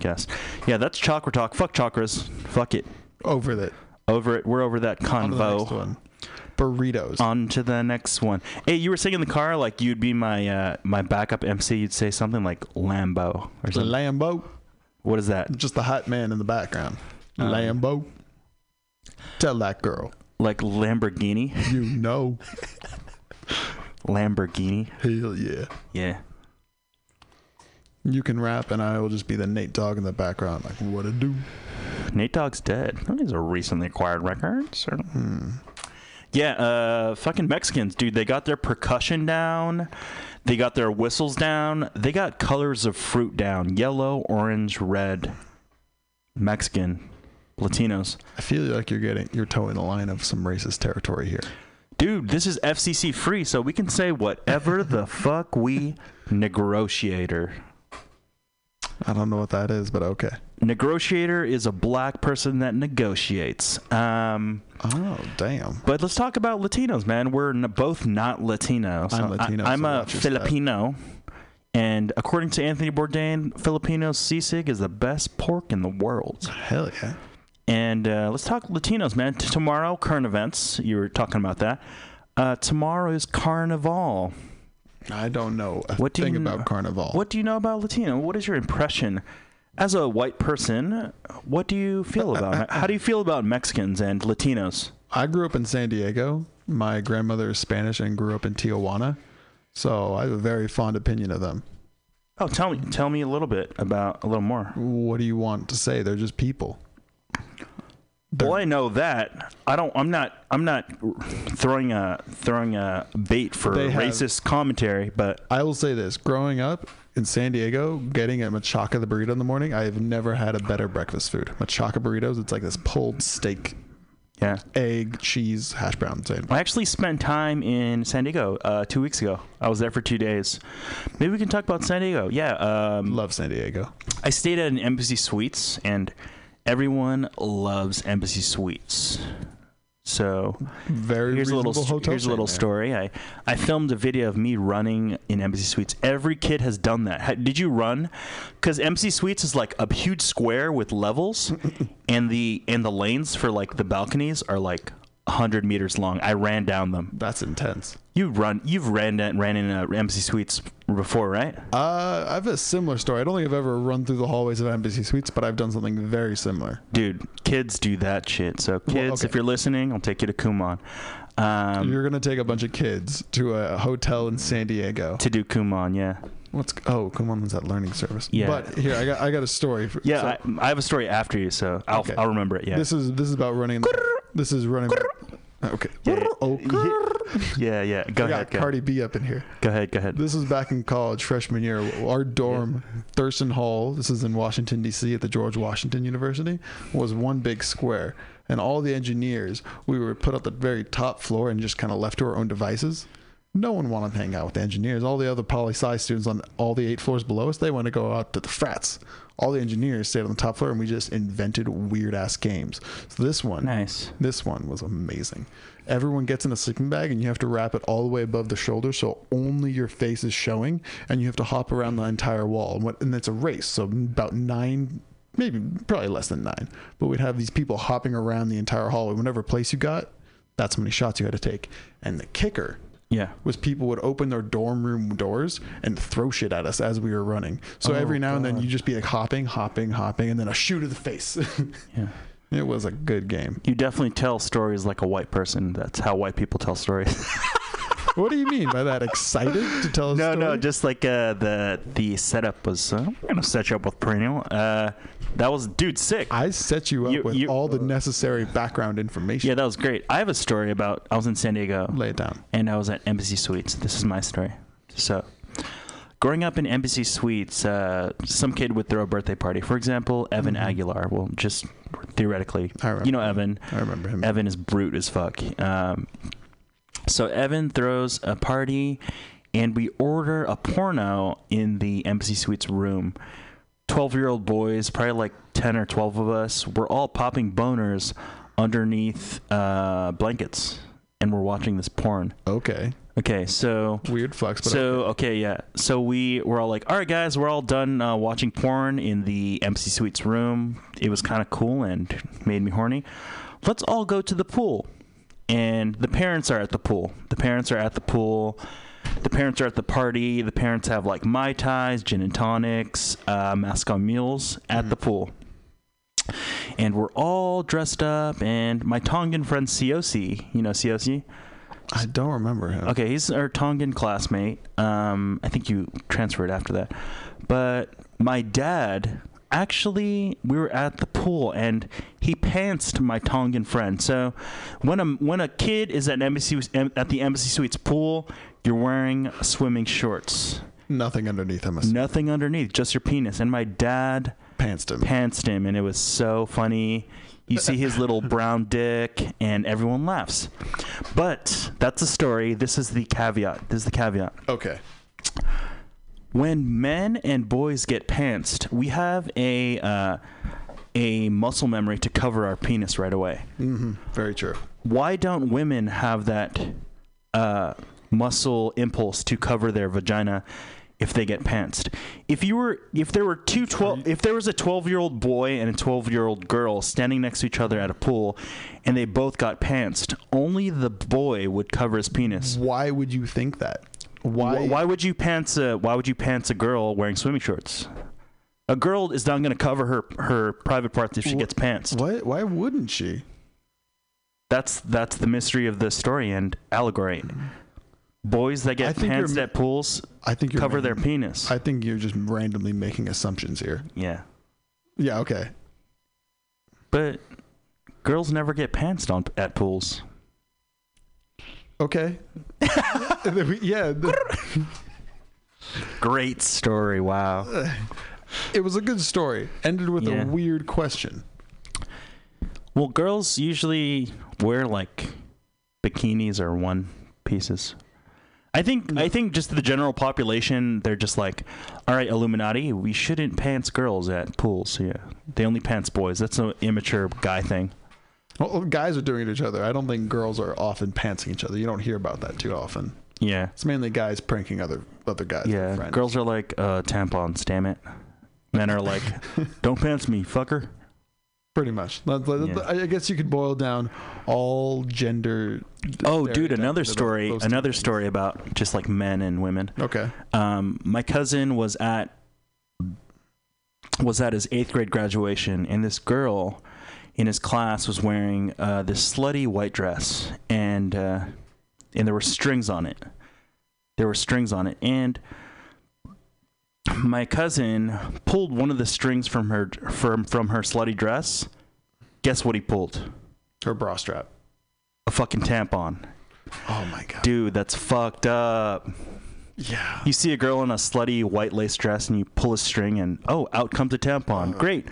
podcast. Yeah, that's chakra talk. Fuck chakras. Fuck it. Over that. Over it. We're over that On to the next convo. Uh, one. Burritos. On to the next one. Hey, you were saying in the car like you'd be my uh, my backup MC. You'd say something like Lambo or something. Lambo. what is that? Just the hot man in the background. Um, Lambo. Tell that girl. Like Lamborghini? You know. Lamborghini? Hell yeah. Yeah. You can rap, and I will just be the Nate Dogg in the background. Like, what a do? Nate Dogg's dead. That is a recently acquired record. So. Hmm. Yeah, uh, fucking Mexicans, dude. They got their percussion down. They got their whistles down. They got colors of fruit down yellow, orange, red. Mexican, Latinos. I feel like you're getting, you're towing the line of some racist territory here. Dude, this is FCC free, so we can say whatever the fuck we negotiator. I don't know what that is, but okay. Negotiator is a black person that negotiates. Um, Oh, damn. But let's talk about Latinos, man. We're n- both not Latinos. I'm Latino, I, am so a watch your step. Filipino. And according to Anthony Bourdain, Filipino sisig is the best pork in the world. Hell yeah. And uh, let's talk Latinos, man. T- tomorrow, current events. You were talking about that. Uh, tomorrow is Carnival. I don't know a What do thing you kn- about Carnival. What do you know about Latino? What is your impression? As a white person, what do you Uh, feel about? how do you feel about Mexicans and Latinos? I grew up in San Diego. My grandmother is Spanish and grew up in Tijuana. So I have a very fond opinion of them. Oh, tell me, tell me a little bit about a little more. What do you want to say? They're just people. Well, I know that. I don't. I'm not. I'm not throwing a throwing a bait for They have- racist commentary. But I will say this growing up in San Diego, getting a machaca the burrito in the morning, I have never had a better breakfast food. Machaca burritos, it's like this pulled steak, yeah, egg, cheese, hash brown sandwich. I actually spent time in San Diego uh, two weeks ago. I was there for two days. Maybe we can talk about San Diego. Yeah, um, Love San Diego. I stayed at an Embassy Suites, and everyone loves Embassy Suites. So Very here's a little reasonable hotel. here's a chain little there. story. I I filmed a video of me running in MC Suites. Every kid has done that. Ha- Did you run? Because MC Suites is like a huge square with levels, and the and the lanes for like the balconies are like. 100 meters long. I ran down them. That's intense. You run. You've ran down- ran in uh, MC Suites before, right? Uh, I have a similar story. I don't think I've ever run through the hallways of Embassy Suites, but I've done something very similar. Dude, kids do that shit. So kids, okay. if you're listening, I'll take you to Kumon. Um, You're gonna take a bunch of kids to a hotel in San Diego. to do Kumon, yeah. What's oh, come on, was that learning service? Yeah. But here, I got I got a story. For, Yeah, so I, I have a story after you, so I'll, Okay. I'll remember it. Yeah. This is this is about running. This is running. Okay. Yeah, Oh, yeah, yeah. Go I ahead. got Go, Cardi B up in here. go ahead. Go ahead. This is back in college, freshman year. Our dorm, Thurston Hall, this is in Washington, D.C., at the George Washington University, was one big square. And all the engineers, we were put at the very top floor and just kind of left to our own devices. No one wanted to hang out with the engineers. All the other poli sci students on all the eight floors below us, they wanted to go out to the frats. All the engineers stayed on the top floor, and we just invented weird ass games. So this one, Nice. this one was amazing. Everyone gets in a sleeping bag and you have to wrap it all the way above the shoulder so only your face is showing and you have to hop around the entire wall. And what- And it's a race, so about nine, maybe probably less than nine. But we'd have these people hopping around the entire hallway. Whenever place you got, that's how many shots you had to take. And the kicker Yeah. was people would open their dorm room doors and throw shit at us as we were running. So every now and then you'd just be like hopping, hopping, hopping, and then a shoe to the face. Yeah. it was a good game. You definitely tell stories like a white person. That's how white people tell stories. What do you mean by that? Excited to tell us? no, story? no, just like uh, the the setup was. Uh, we're gonna set you up with perennial. Uh, that was dude sick. I set you up You- with you- all the necessary background information. yeah, that was great. I have a story about. I was in San Diego. Lay it down. and I was at Embassy Suites. This is my story. So, growing up in Embassy Suites, uh, some kid would throw a birthday party. For example, Evan Mm-hmm. Aguilar. Well, just theoretically, I remember you know him. Evan. I remember him. Evan is brute as fuck. Um, so Evan throws a party, and we order a porno in the Embassy Suites room. Twelve-year-old boys, probably like ten or twelve of us, we're all popping boners underneath uh, blankets, and we're watching this porn. Okay. Okay, so Weird flex, but so okay, yeah. So we were all like, "All right, guys, we're all done uh, watching porn in the MC Suites room. It was kind of cool and made me horny. Let's all go to the pool." And the parents are at the pool. The parents are at the pool. The parents are at the party. The parents have like mai tais, gin and tonics, uh, mask on mules at the pool. And we're all dressed up. And my Tongan friend Siosi, you know Siosi, I don't remember him. Okay, he's our Tongan classmate. Um, I think you transferred after that. But my dad actually, we were at the pool and he pantsed my Tongan friend. So when a when a kid is at embassy at the embassy suites pool, you're wearing swimming shorts, Nothing underneath him. No. nothing underneath, just your penis. And my dad Pantsed him. pantsed him, and it was so funny. You see his little brown dick, and everyone laughs. But that's the story. This is the caveat. This is the caveat. okay. When men and boys get pantsed, we have a uh, a muscle memory to cover our penis right away. hmm Very true. Why don't women have that uh, muscle impulse to cover their vagina? If they get pantsed, if you were, if there were two 12, if there was a twelve-year-old boy and a twelve-year-old girl standing next to each other at a pool, and they both got pantsed, only the boy would cover his penis. Why would you think that? Why, Mm-hmm. Why? why would you pants a Why would you pants a girl wearing swimming shorts? A girl is not going to cover her her private parts if she Wh- gets pantsed. Why? Why wouldn't she? That's that's the mystery of the story and allegory. Boys that I get think you're pantsed ma- at pools I think you're cover their making- penis. I think you're just randomly making assumptions here. yeah, Yeah. Okay. but girls never get pantsed on at pools. Okay. And then we- yeah. the- Great story. Wow. it was a good story. Ended with Yeah. a weird question. Well, girls usually wear like bikinis or one pieces. I think Mm. I think just the general population, they're just like, all right, Illuminati, we shouldn't pants girls at pools. Yeah, they only pants boys. That's an immature guy thing. Well, guys are doing it to each other. I don't think girls are often pantsing each other. You don't hear about that too often. Yeah, It's mainly guys pranking other other guys. their yeah. friends. Girls are like uh, tampons. Damn it. Men are like, don't pants me, fucker. Pretty much. Let- let- Yeah. I I guess you could boil down all gender. Oh, dude, stereotypes another about story. those two Another things. story about just like men and women. Okay. um, my cousin was at was at his eighth grade graduation, and this girl in his class was wearing uh, this slutty white dress, and uh, and there were strings on it. There were strings on it, and my cousin pulled one of the strings from her from from her slutty dress. Guess what he pulled? Her bra strap. A fucking tampon, Oh my god. dude. That's fucked up. Yeah. You see a girl in a slutty white lace dress and you pull a string and oh, out comes a tampon. Great.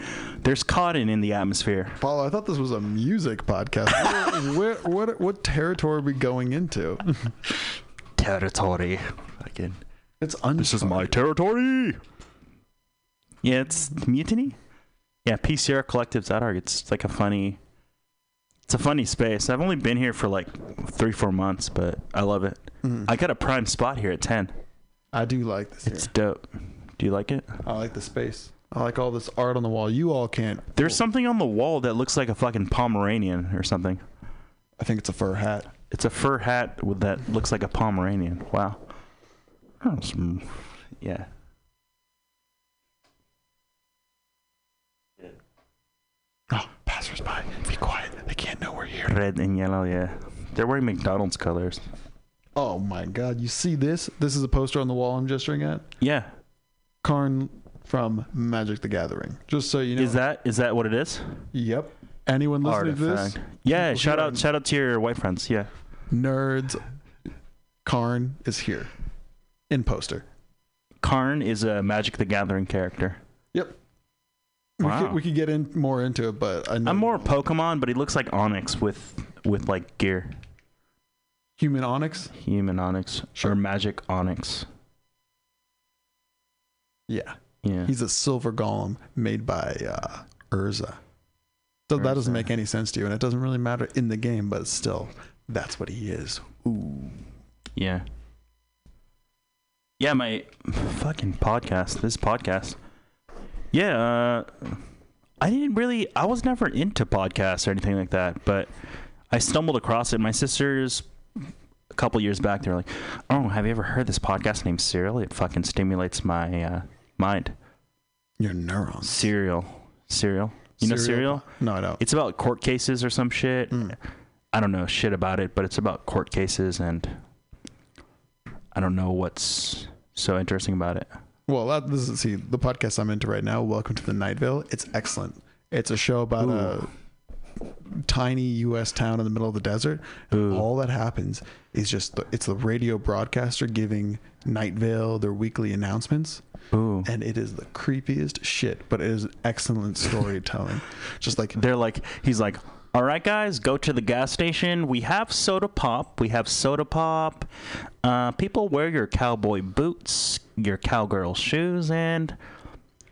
There's cotton in the atmosphere. Paulo, I thought this was a music podcast. where, where, what what territory are we going into? Territory. Again. It's uncharted. territory. Yeah, it's mutiny. Yeah, PCR collectives that are it's like a funny it's a funny space. I've only been here for like three, four months, but I love it. Mhm. I got a prime spot here at ten. I do like this. Here. It's dope. Do you like it? I like the space. I like all this art on the wall. You all can't. There's something on the wall that looks like a fucking Pomeranian or something. I think it's a fur hat. It's a fur hat with that looks like a Pomeranian. Wow. Oh, some- yeah. Oh, passersby, be quiet. They can't know we're here. Red and yellow, yeah. They're wearing McDonald's colors. Oh my god, you see this? This is a poster on the wall I'm gesturing at. Yeah. Karn from Magic the Gathering. Just so you know. Is that is that what it is? Yep. Anyone listening to this? Yeah, People shout here out on- shout out to your white friends. Yeah. Nerds. Karn is here. In poster. Karn is a Magic the Gathering character. Yep. Wow. We, could, we could get in more into it, but I know I'm you more won't. Pokemon, but he looks like Onyx with with like gear. human onyx. Human Onyx Sure. or Magic Onyx. Yeah, Yeah. he's a silver golem made by uh, Urza. So that doesn't Urza. make any sense to you, and it doesn't really matter in the game, but still, that's what he is. Ooh, Yeah. Yeah, my fucking podcast. This podcast. Yeah, uh, I didn't really. I was never into podcasts or anything like that, but I stumbled across it. My sisters, a couple years back, they were like, "Oh, have you ever heard this podcast named Serial? It fucking stimulates my uh, mind." Your neurons. Serial, serial. You know serial? No, I don't. It's about court cases or some shit. Mm. I don't know shit about it, but it's about court cases and I don't know what's so interesting about it. Well, that, this is see the podcast I'm into right now. Welcome to the Night Vale. It's excellent. It's a show about a tiny U.S. town in the middle of the desert, and Ooh. all that happens is just the, it's the radio broadcaster giving Night Vale their weekly announcements, Ooh. and it is the creepiest shit. But it is excellent storytelling. just like They're like he's like, "All right guys, go to the gas station. We have soda pop. We have soda pop. Uh, people wear your cowboy boots, your cowgirl shoes and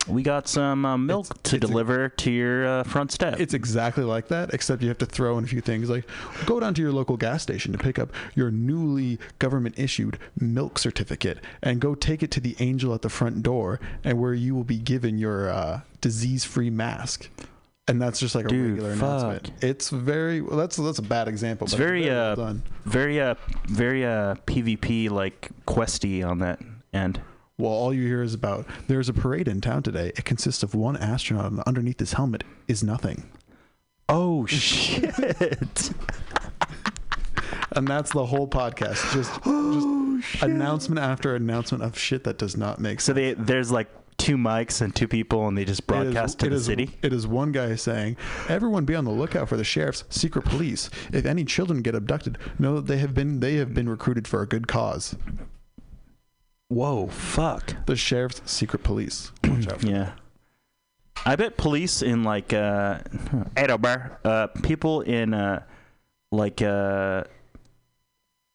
we got some uh, milk It's- to it's a- deliver to your uh, front step." It's exactly like that, except you have to throw in a few things like go down to your local gas station to pick up your newly government issued milk certificate and go take it to the angel at the front door and where you will be given your uh, disease free mask. And that's just like a Dude, regular fuck. announcement. It's very well, that's that's a bad example. It's but very well uh, done. very uh, very uh, PvP like questy on that end. Well, all you hear is about there's a parade in town today. It consists of one astronaut, and underneath his helmet is nothing. Oh shit! and that's the whole podcast. Just, Oh, just announcement after announcement of shit that does not make sense. so they there's like two mics and two people, and they just It is- broadcast to it the is- city. It is one guy saying, "Everyone, be on the lookout for the sheriff's secret police. If any children get abducted, know that they have been they have been recruited for a good cause. Whoa, fuck! The sheriff's secret police. Watch out. for Yeah, I bet police in like uh, Edinburgh, uh, people in uh, like uh,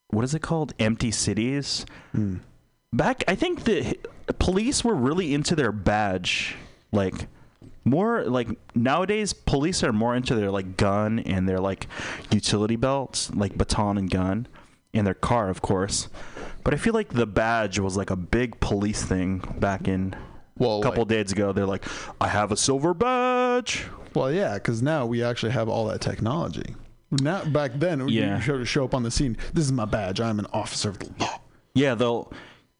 what is it called? Empty cities. Hmm. back i think the police were really into their badge like more like nowadays police are more into their like gun and their like utility belts like baton and gun and their car of course but i feel like the badge was like a big police thing back in Well, a couple like- days ago they're like i have a silver badge well, yeah, because now we actually have all that technology. Now, back then, Yeah. you show, show up on the scene. This is my badge. I'm an officer of the law. Yeah, they'll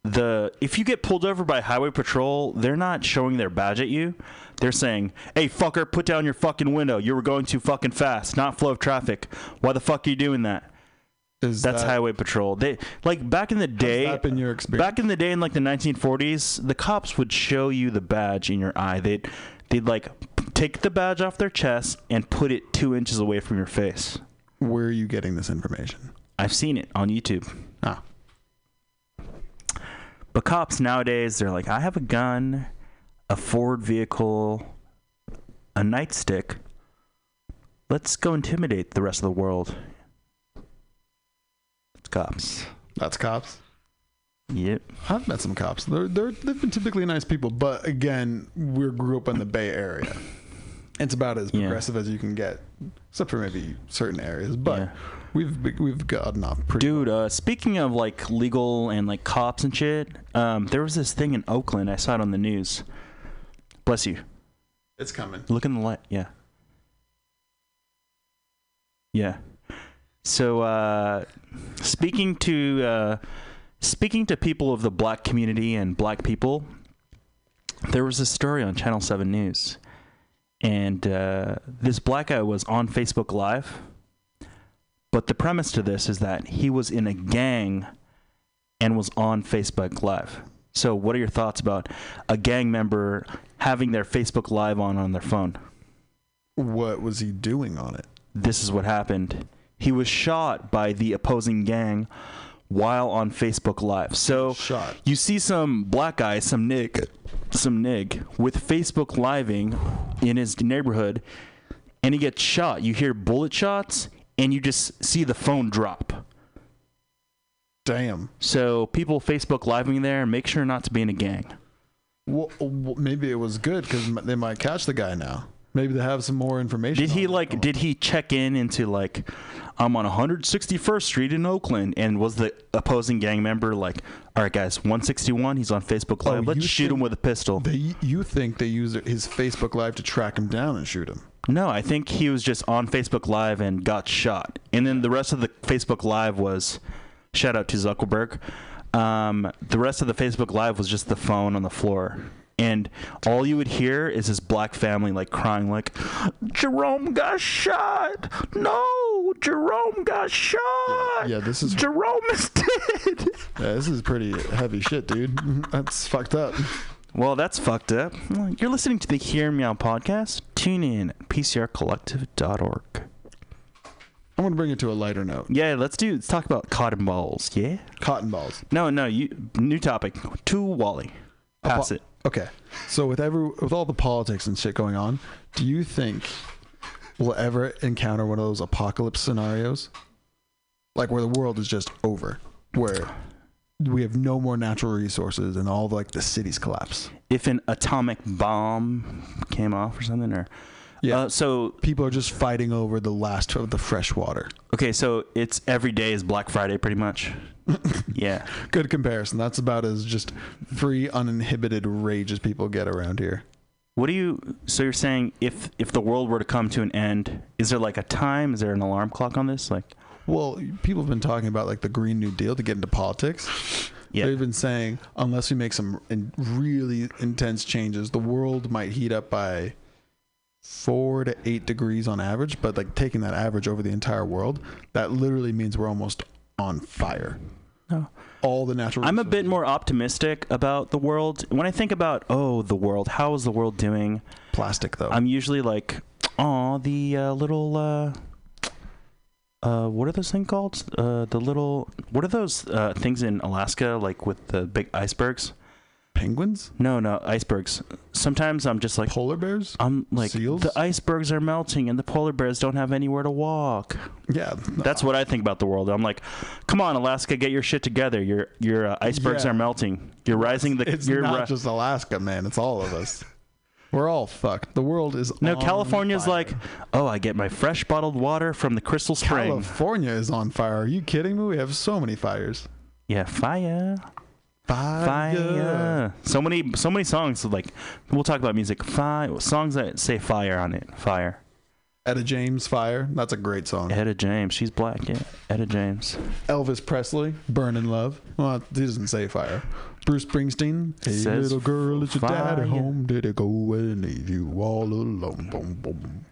the if you get pulled over by highway patrol, they're not showing their badge at you. They're saying, "Hey, fucker, put down your fucking window. You were going too fucking fast. Not flow of traffic. Why the fuck are you doing that?" Is That's that, highway patrol. They like back in the day. that been your experience? Back in the day, in like the 1940s, the cops would show you the badge in your eye. They'd they'd like p- take the badge off their chest and put it two inches away from your face. where are you getting this information? I've seen it on YouTube. Ah, But cops nowadays, they're like, I have a gun, a Ford vehicle, a nightstick. Let's go intimidate the rest of the world. It's cops. that's cops. Yep. I've met some cops. They're, they're, they've been typically nice people, but again, we grew up in the Bay Area. It's about as Yeah. progressive as you can get, except for maybe certain areas. But Yeah. we've be- we've gotten off pretty. Dude, uh, speaking of like legal and like cops and shit, um, there was this thing in Oakland. I saw it on the news. Bless you. It's coming. Look in the light. Yeah. Yeah. So uh, speaking to uh, speaking to people of the black community and black people, there was a story on Channel Seven News, and uh, this black guy was on Facebook Live. But the premise to this is that he was in a gang and was on Facebook Live. So, what are your thoughts about a gang member having their Facebook Live on on their phone? What was he doing on it? This is what happened. He was shot by the opposing gang while on Facebook Live. So, Shot. you see some black guy, some nig, some nig with Facebook living in his neighborhood, and he gets shot. You hear bullet shots, and you just see the phone drop. Damn. So people Facebook living there, make sure not to be in a gang. Well, well, maybe it was good because they might catch the guy now. Maybe they have some more information. Did he on it. like? Did he check in into like, I'm on 161st Street in Oakland, and was the opposing gang member like, all right, guys, 161, he's on Facebook Live. Oh, you Let's shoot him think with a pistol. They, you think they use his Facebook Live to track him down and shoot him? No, I think he was just on Facebook Live and got shot. And then the rest of the Facebook Live was shout out to Zuckerberg. Um, the rest of the Facebook Live was just the phone on the floor. And all you would hear is his black family like crying like Jerome got shot. No, Jerome got shot. yeah, this is- Jerome is dead. Yeah, this is pretty heavy shit, dude. That's fucked up. well, that's fucked up. You're listening to the Hear Me Out podcast. Tune in at pcrcollective.org. I'm gonna bring it to a lighter note. Yeah, let's do. Let's talk about cotton balls. Yeah. Cotton balls. No, no. You new topic to Wally. Pass Po- it. Okay. So with every with all the politics and shit going on, do you think we'll ever encounter one of those apocalypse scenarios? Like where the world is just over, where we have no more natural resources and all like the cities collapse. If an atomic bomb came off or something, or Yeah. Uh, so People are just fighting over the last of the fresh water. okay, so it's every day is Black Friday, pretty much. yeah. Good comparison. That's about as just free, uninhibited rage as people get around here. What do you? So you're saying if if the world were to come to an end, is there like a time? Is there an alarm clock on this? Like, Well, people have been talking about like the Green New Deal to get into politics. Yeah. They've been saying unless we make some in really intense changes, the world might heat up by four to eight degrees on average. But like taking that average over the entire world, that literally means we're almost on fire. no. All the natural. I'm a bit more optimistic about the world. When I think about oh the world, how is the world doing? plastic though. I'm usually like, oh, the uh, little, uh, uh, what are those things called? Uh, the little, what are those uh, things in Alaska, like with the big icebergs? Penguins, No, no, icebergs. Sometimes I'm just like, polar bears. I'm like, Seals? the icebergs are melting and the polar bears don't have anywhere to walk. Yeah, That's what I think about the world. I'm like, come on, Alaska, get your shit together. Your your uh, icebergs Yeah. are melting. You're rising the. It's you're not ri- just Alaska, man. It's all of us. We're all fucked. The world is no, on California's fire. like, oh, I get my fresh bottled water from the Crystal Spring. California is on fire. Are you kidding me? We have so many fires. Yeah, fire, Fire. fire. So many, so many songs. Like, we'll talk about music. Fire songs that say fire on it. Fire. Etta James Fire. That's a great song. Etta James. She's black. Yeah, Etta James. Elvis Presley. Burn in Love. Well, he doesn't say fire. Bruce Springsteen. Hey, Says little girl, is your dad fire. at home? Did it go and leave you all alone? Boom, boom.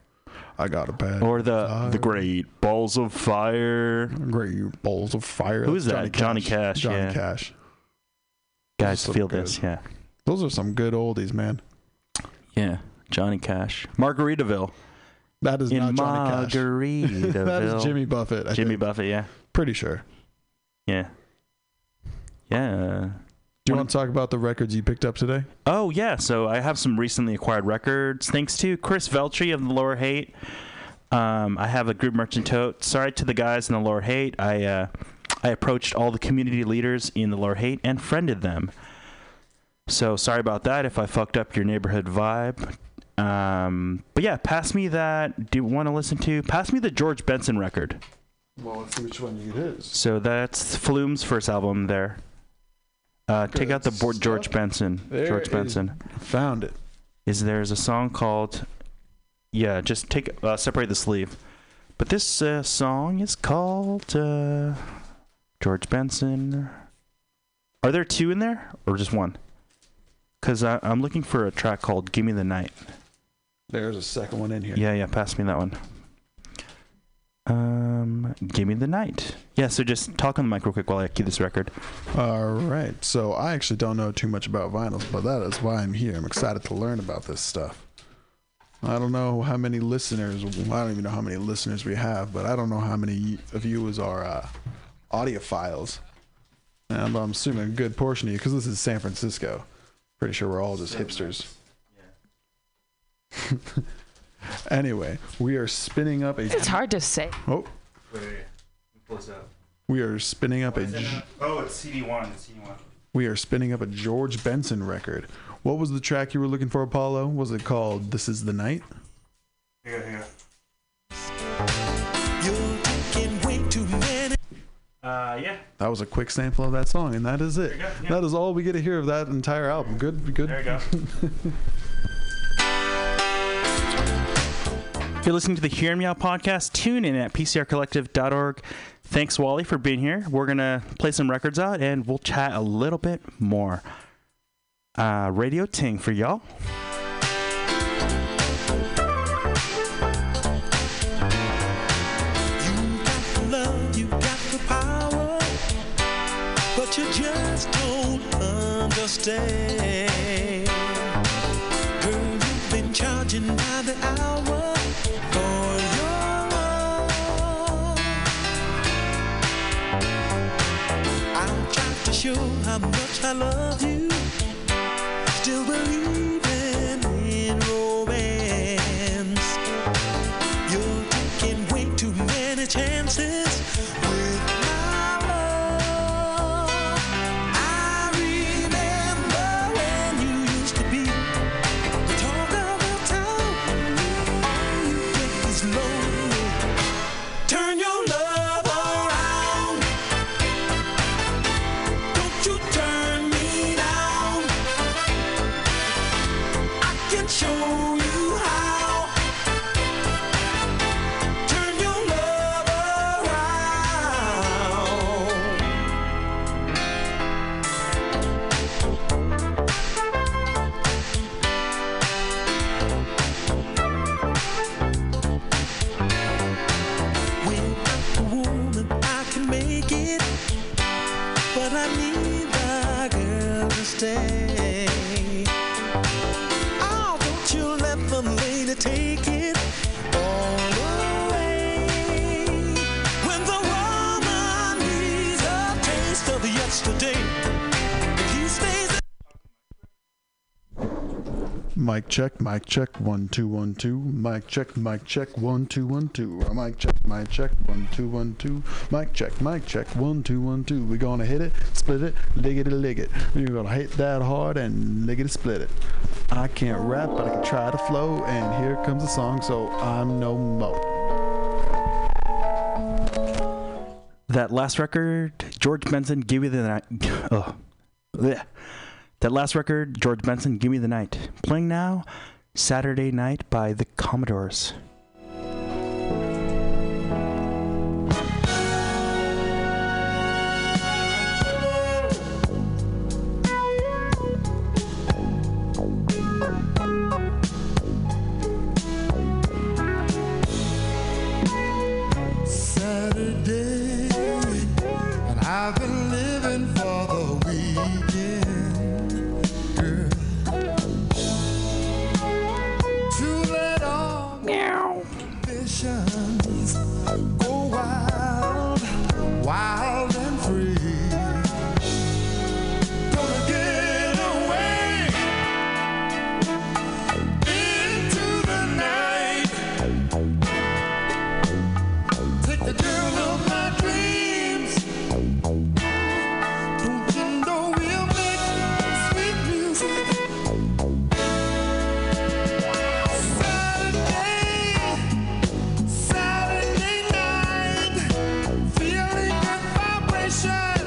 I got a bad Or the the great balls of fire. great balls of fire. Who is That's that? Johnny Cash, Johnny yeah. Cash. Guys, so feel good. this. Yeah, Those are some good oldies, man. yeah. Johnny Cash. Margaritaville. That is In not Johnny Cash. Margaritaville. that is Jimmy Buffett. I Jimmy think. Buffett. Yeah, Pretty sure. yeah, yeah. Do you When- want to talk about the records you picked up today? Oh yeah, so I have some recently acquired records thanks to Chris Veltri of the Lower Hate. Um, I have a group merchant tote. Sorry to the guys in the Lower Hate. I uh, I approached all the community leaders in the Lower Hate and friended them. So sorry about that if I fucked up your neighborhood vibe. Um, but yeah, pass me that. Do you want to listen to? Pass me the George Benson record. Well, let's see which one it is. So that's Flume's first album there. Uh, take out the Good board George stuff. Benson. There George is- Benson. Found it. is there's a song called yeah just take uh, separate the sleeve but this uh, song is called uh, george benson are there two in there or just one because i'm looking for a track called gimme the night There's a second one in here. yeah yeah pass me that one um gimme the night yeah so just talk on the mic real quick while i cue this record All right. So I actually don't know too much about vinyls, but that is why I'm here. I'm excited to learn about this stuff. I don't know how many listeners. I don't even know how many listeners we have, but I don't know how many of you is are uh, audiophiles. And I'm assuming a good portion of you, because this is San Francisco. Pretty sure we're all just hipsters. anyway, we are spinning up a. It's hard to say. Oh, we are spinning up a. j- oh it's cd1 it's cd1 we are spinning up a George Benson record. What was the track you were looking for, Apollo? Was it called This Is the Night? Here, here. You're taking way too many. Uh, yeah. That was a quick sample of that song, and that is it. you go, yeah. That is all we get to hear of that entire album. Good, good. There you go. If you're listening to the Hear Me Out podcast, tune in at pcrcollective.org. Thanks, Wally, for being here. We're going to play some records out and we'll chat a little bit more. Uh, Radio Ting for y'all. You got the love, you got the power, but you just don't understand. Girl, you've been charging by the hour for your love. I'll try to show how much I love you, still believing in romance. You're taking way too many chances with my love. I remember when you used to be the talk of the town. You think it's lonely. Turn your love around. Don't you turn me down. I can show you how. Turn your love around. Without the woman, I can make it, but I need the girl to stay. Oh, don't you let the lady take it all away. When the woman needs a taste of yesterday, if he stays. Mic check, mic check, one two one two. Mic check, mic check, one two one two. Uh, Mic check, mic check, one two one two. Mic check, mic check, one two one two. We're gonna hit it, split it, liggity lig it. You're gonna hit that hard and liggity split it. I can't rap, but I can try to flow. And here comes the song, so I'm no mo. That last record, George Benson, Give Me the Night. Ugh. Blech. That last record, George Benson, Give Me the Night. Playing now, Saturday Night by the Commodores. Saturday, and I've been living for the weekend, girl. To let all my ambitions go wild, wild and free. Gonna get away into the night. Take the girl of my dreams. Don't you know we'll make sweet music? Saturday, Saturday night, feeling goodbye.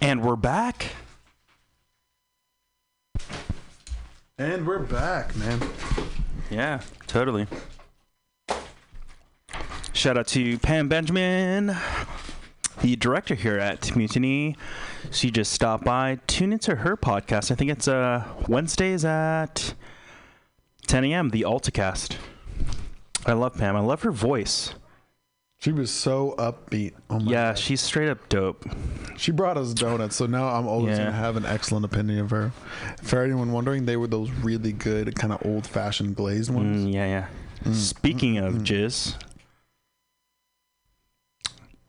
And we're back. And we're back, man. Yeah, totally. Shout out to Pam Benjamin, the director here at Mutiny. She just stopped by. Tune into her podcast. I think it's uh, Wednesdays at 10 a.m. The AltaCast. I love Pam. I love her voice. She was so upbeat. Oh my Yeah, she's straight up dope. She brought us donuts, so now I'm always Yeah. gonna have an excellent opinion of her. For anyone wondering, they were those really good, kind of old-fashioned glazed ones. Mm, yeah, yeah. Speaking of jizz,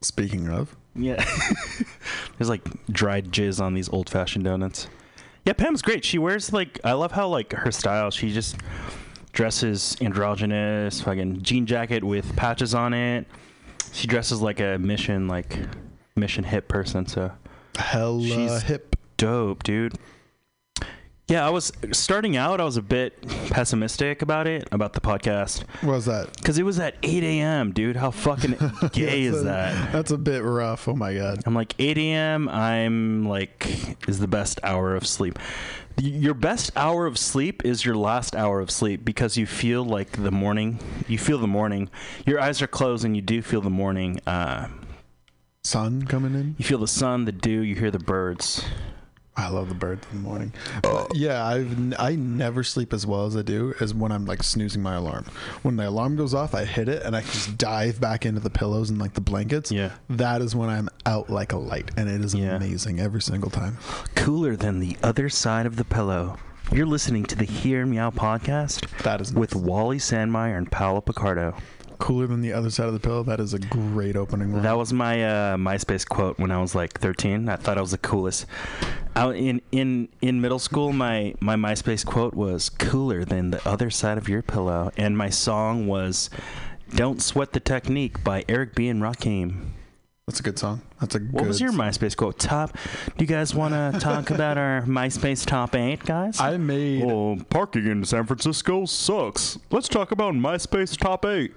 Speaking of, Yeah. There's like dried jizz on these old fashioned donuts. Yeah, Pam's great. She wears like I love how like her style, she just dresses androgynous, fucking jean jacket with patches on it. She dresses like a mission like mission hip person, so hella She's- hip. dope, dude. Yeah, I was starting out, I was a bit pessimistic about it, about the podcast. What was that? Because it was at eight AM, dude. How fucking gay That's is a- that? That's a bit rough. Oh my god. I'm like 8 a.m. I'm like is the best hour of sleep. Y- Your best hour of sleep is your last hour of sleep because you feel like the morning. You feel the morning. Your eyes are closed and you do feel the morning. Uh, Sun coming in. you feel the sun, the dew. You hear the birds. I love the birds in the morning. Oh. But yeah, I've n- I never sleep as well as I do as when I'm like snoozing my alarm. When the alarm goes off, I hit it and I just dive back into the pillows and like the blankets. Yeah. that is when I'm out like a light, and it is Yeah. amazing every single time. Cooler than the other side of the pillow. You're listening to the Hear Meow podcast That is with nice. Wally Sandmeyer and Paolo Picardo. cooler than the other side of the pillow. That is a great opening. line. That was my uh, MySpace quote when I was like 13. I thought I was the coolest. Out in in in middle school, my my MySpace quote was "cooler than the other side of your pillow," and my song was "Don't Sweat the Technique" by Eric B and Rakim. That's a good song. That's a What good was your MySpace quote? Top. Do you guys want to talk about our MySpace top eight, guys? I made Well, parking in San Francisco sucks. Let's talk about MySpace top eight.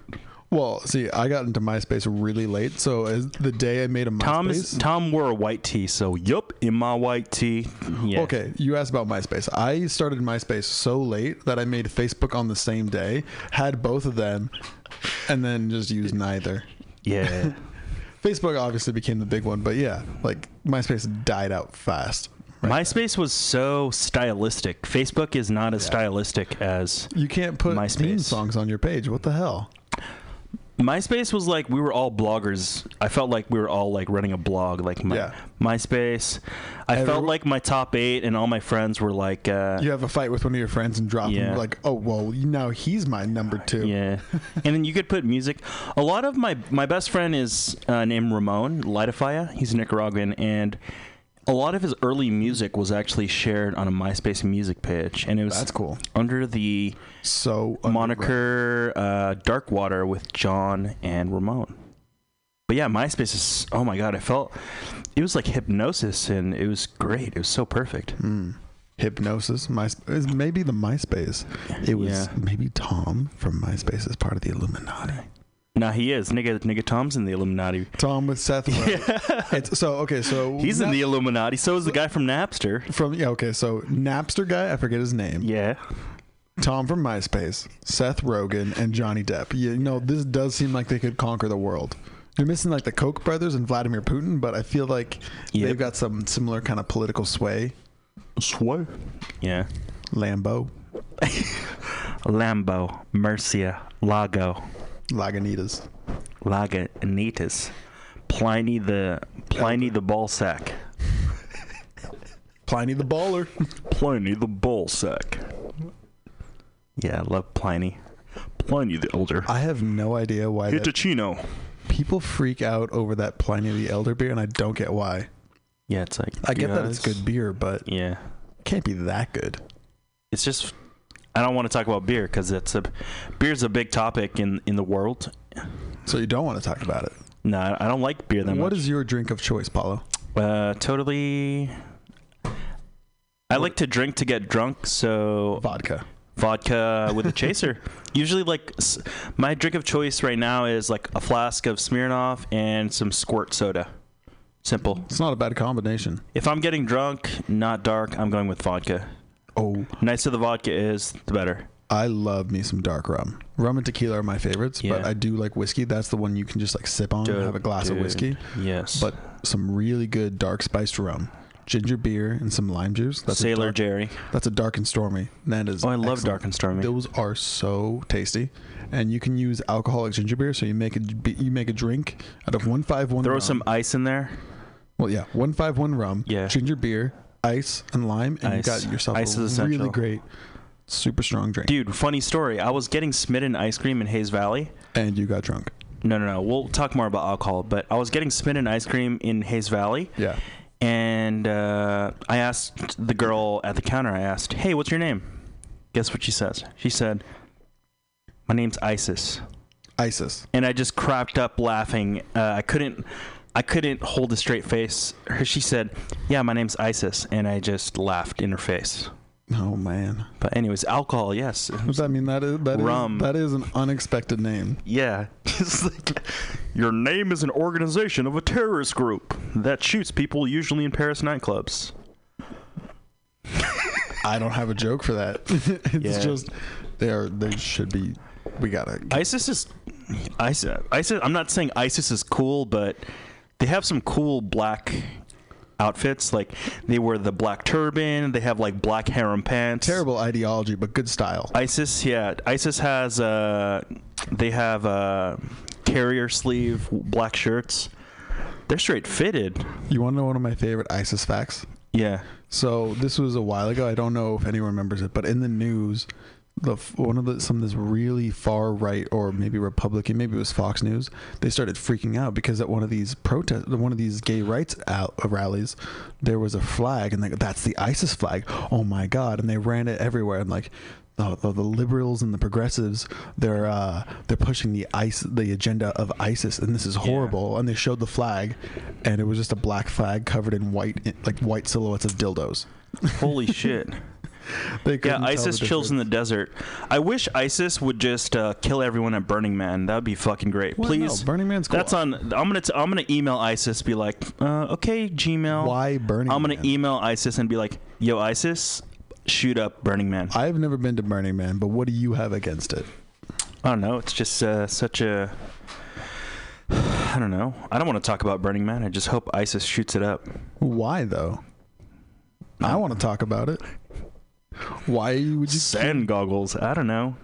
well. See, I got into MySpace really late, so as the day I made a MySpace. Tom is, Tom wore a white tee, so yup, in my white tee. Yeah. Okay, you asked about MySpace. I started MySpace so late that I made Facebook on the same day, had both of them, and then just used neither. Yeah. Facebook obviously became the big one, but yeah, like MySpace died out fast. MySpace was so stylistic. Facebook is not as stylistic as You can't put theme MySpace. songs on your page. What the hell? MySpace was like we were all bloggers. I felt like we were all like running a blog, like my Yeah. MySpace. I felt Everyone- like my top eight and all my friends were like, uh, You have a fight with one of your friends and drop Yeah. Uh, him. Like, oh well, now he's my number two. yeah. and then you could put music. A lot of my my best friend is uh, named Ramon Lightafia. He's Nicaraguan and. A lot of his early music was actually shared on a MySpace music page, and it was That's cool. under the So underground. moniker uh, Dark Water with John and Ramon. But yeah, MySpace is oh my god, I felt it was like hypnosis and it was great. It was so perfect. hypnosis. My is maybe the MySpace. It was Yeah. maybe Tom from MySpace is part of the Illuminati. Nah, he is nigga. Nigga Tom's in the Illuminati. Tom with Seth. Rogen. It's, so okay, so He's in Nap- the Illuminati. So is the guy from Napster. from yeah. Okay, so Napster guy, I forget his name. Yeah, Tom from MySpace, Seth Rogen, and Johnny Depp. You know, this does seem like they could conquer the world. You're missing like the Koch brothers and Vladimir Putin, but I feel like Yep. they've got some similar kind of political sway. Sway. yeah. Lambo, Lambo, Murcia, Lago, Lagunitas. Lagunitas, Pliny the Pliny the Ballsack. Pliny the Baller. Pliny the Ballsack. Yeah, I love Pliny. Pliny the Elder. I have no idea why that- Hitachino. people freak out over that Pliny the Elder beer, and I don't get why. Yeah, it's like I get that yeah, it's good beer, but it Yeah, can't be that good. it's just I don't want to talk about beer because it's a beer's a big topic in in the world. So you don't want to talk about it. No, I- I don't like beer that What much. is your drink of choice, Paulo? uh, totally. I like to drink to get drunk, so Vodka. vodka with a chaser. Usually, like s- my drink of choice right now is like a flask of Smirnoff and some squirt soda. Simple. It's not a bad combination. If I'm getting drunk, not dark, I'm going with vodka. Oh, Nicer the vodka is, the better. I love me some dark rum. Rum and tequila are my favorites, but Yeah. I do like whiskey. That's the one you can just like sip on and have a glass of Dude, whiskey. Yes. But some really good dark spiced rum, ginger beer, and some lime juice. That's Sailor A dark, Jerry. that's a dark and stormy. That is. Oh, I love excellent. dark and stormy. Those are so tasty, and you can use alcoholic ginger beer. So you make a you make a drink out of one five one. Throw rum. some ice in there. Well, yeah, one five one rum, Yeah. ginger beer, ice, and lime, and you Ice. got yourself Ice a is really essential. great, super strong drink, Dude, funny story. I was getting smitten ice cream in Hayes Valley. and you got drunk. No, no, no. We'll talk more about alcohol, but I was getting smitten ice cream in Hayes Valley. Yeah. And uh, I asked the girl at the counter, I asked, hey, what's your name? Guess what she says? She said, my name's Isis. ISIS. and I just cracked up laughing. Uh, I couldn't, I couldn't hold a straight face. Her, she said, "Yeah, my name's Isis," and I just laughed in her face. Oh man, But anyways, alcohol, yes, Does that mean that is that is- Rum. that is an unexpected name. yeah. It's like, your name is an organization of a terrorist group that shoots people usually in Paris nightclubs. I don't have a joke for that. it's Yeah. just they are they should be. We gotta. Isis is, Isis, Isis. I'm not saying Isis is cool, but they have some cool black outfits. Like they wear the black turban. They have like black harem pants. terrible ideology, but good style. ISIS, yeah, ISIS has uh, they have uh, carrier sleeve black shirts. They're straight fitted. you want to know one of my favorite ISIS facts? Yeah, So this was a while ago. I don't know if anyone remembers it, but in the news, the one of the some of this really far right or maybe Republican, maybe it was Fox News, they started freaking out because at one of these protest, one of these gay rights out, rallies, there was a flag, and they go, that's the ISIS flag. Oh my god! And they ran it everywhere. I'm like. The, the, the liberals and the progressives they're uh, they're pushing the ice the agenda of ISIS and this is horrible and they showed the flag and it was just a black flag covered in white like white silhouettes of dildos holy shit. they Yeah, couldn't tell ISIS the chills in the desert. I wish ISIS would just uh, kill everyone at Burning Man. That would be fucking great. Well, no, Please, Burning Man's cool. That's on. I'm gonna t- I'm gonna email ISIS. Be like, uh, okay, Gmail. Why Burning I'm gonna Man? email ISIS and be like, yo, ISIS, shoot up Burning Man. I, I've never been to Burning Man, but what do you have against it? don't know. It's just uh, such a. I don't know. I don't want to talk about Burning Man. I just hope ISIS shoots it up. Why though? I want to talk about it. Why would you? sand goggles. I don't know.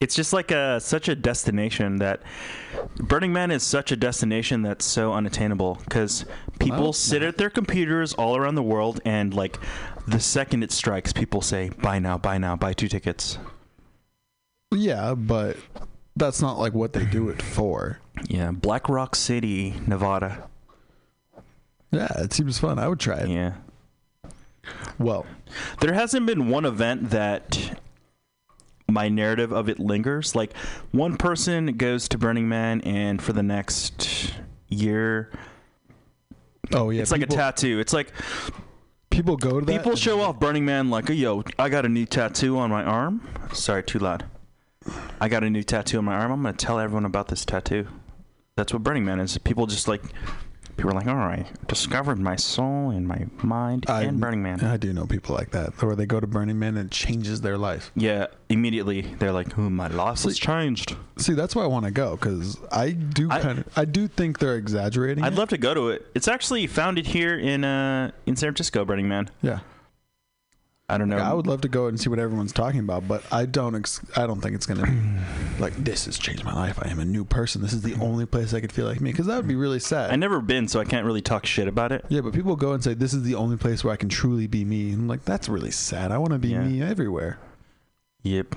It's just like a such a destination that Burning Man is such a destination that's so unattainable because people Well, sit at their computers all around the world and like the second it strikes, people say buy now, buy now, buy two tickets. Yeah, but that's not like what they do it for. Yeah, Black Rock City, Nevada. Yeah, it seems fun. I would try it. Yeah, Well, there hasn't been one event that my narrative of it lingers. Like one person goes to Burning Man and for the next year oh yeah, It's like a people, tattoo. It's like People go to that. people and- show off Burning Man like, yo, I got a new tattoo on my arm. Sorry, too loud. I got a new tattoo on my arm. I'm gonna tell everyone about this tattoo. That's what Burning Man is. People just like people are like, all right, discovered my soul and my mind I- Uh-huh. and Burning Man. I do know people like that, or they go to Burning Man and it changes their life. yeah, immediately they're like, oh, my life has changed. See, that's why I want to go because I do I- kind of, I do think they're exaggerating. I'd it. love to go to it. It's actually founded here in uh in San Francisco, Burning Man. yeah. I don't know. I would love to go and see what everyone's talking about, but I don't. Ex- I don't think it's gonna be like this has changed my life. I am a new person. This is the only place I could feel like me because that would be really sad. I never been, so I can't really talk shit about it. yeah, but people go and say this is the only place where I can truly be me. And I'm like, that's really sad. I want to be Yeah. me everywhere. Yep.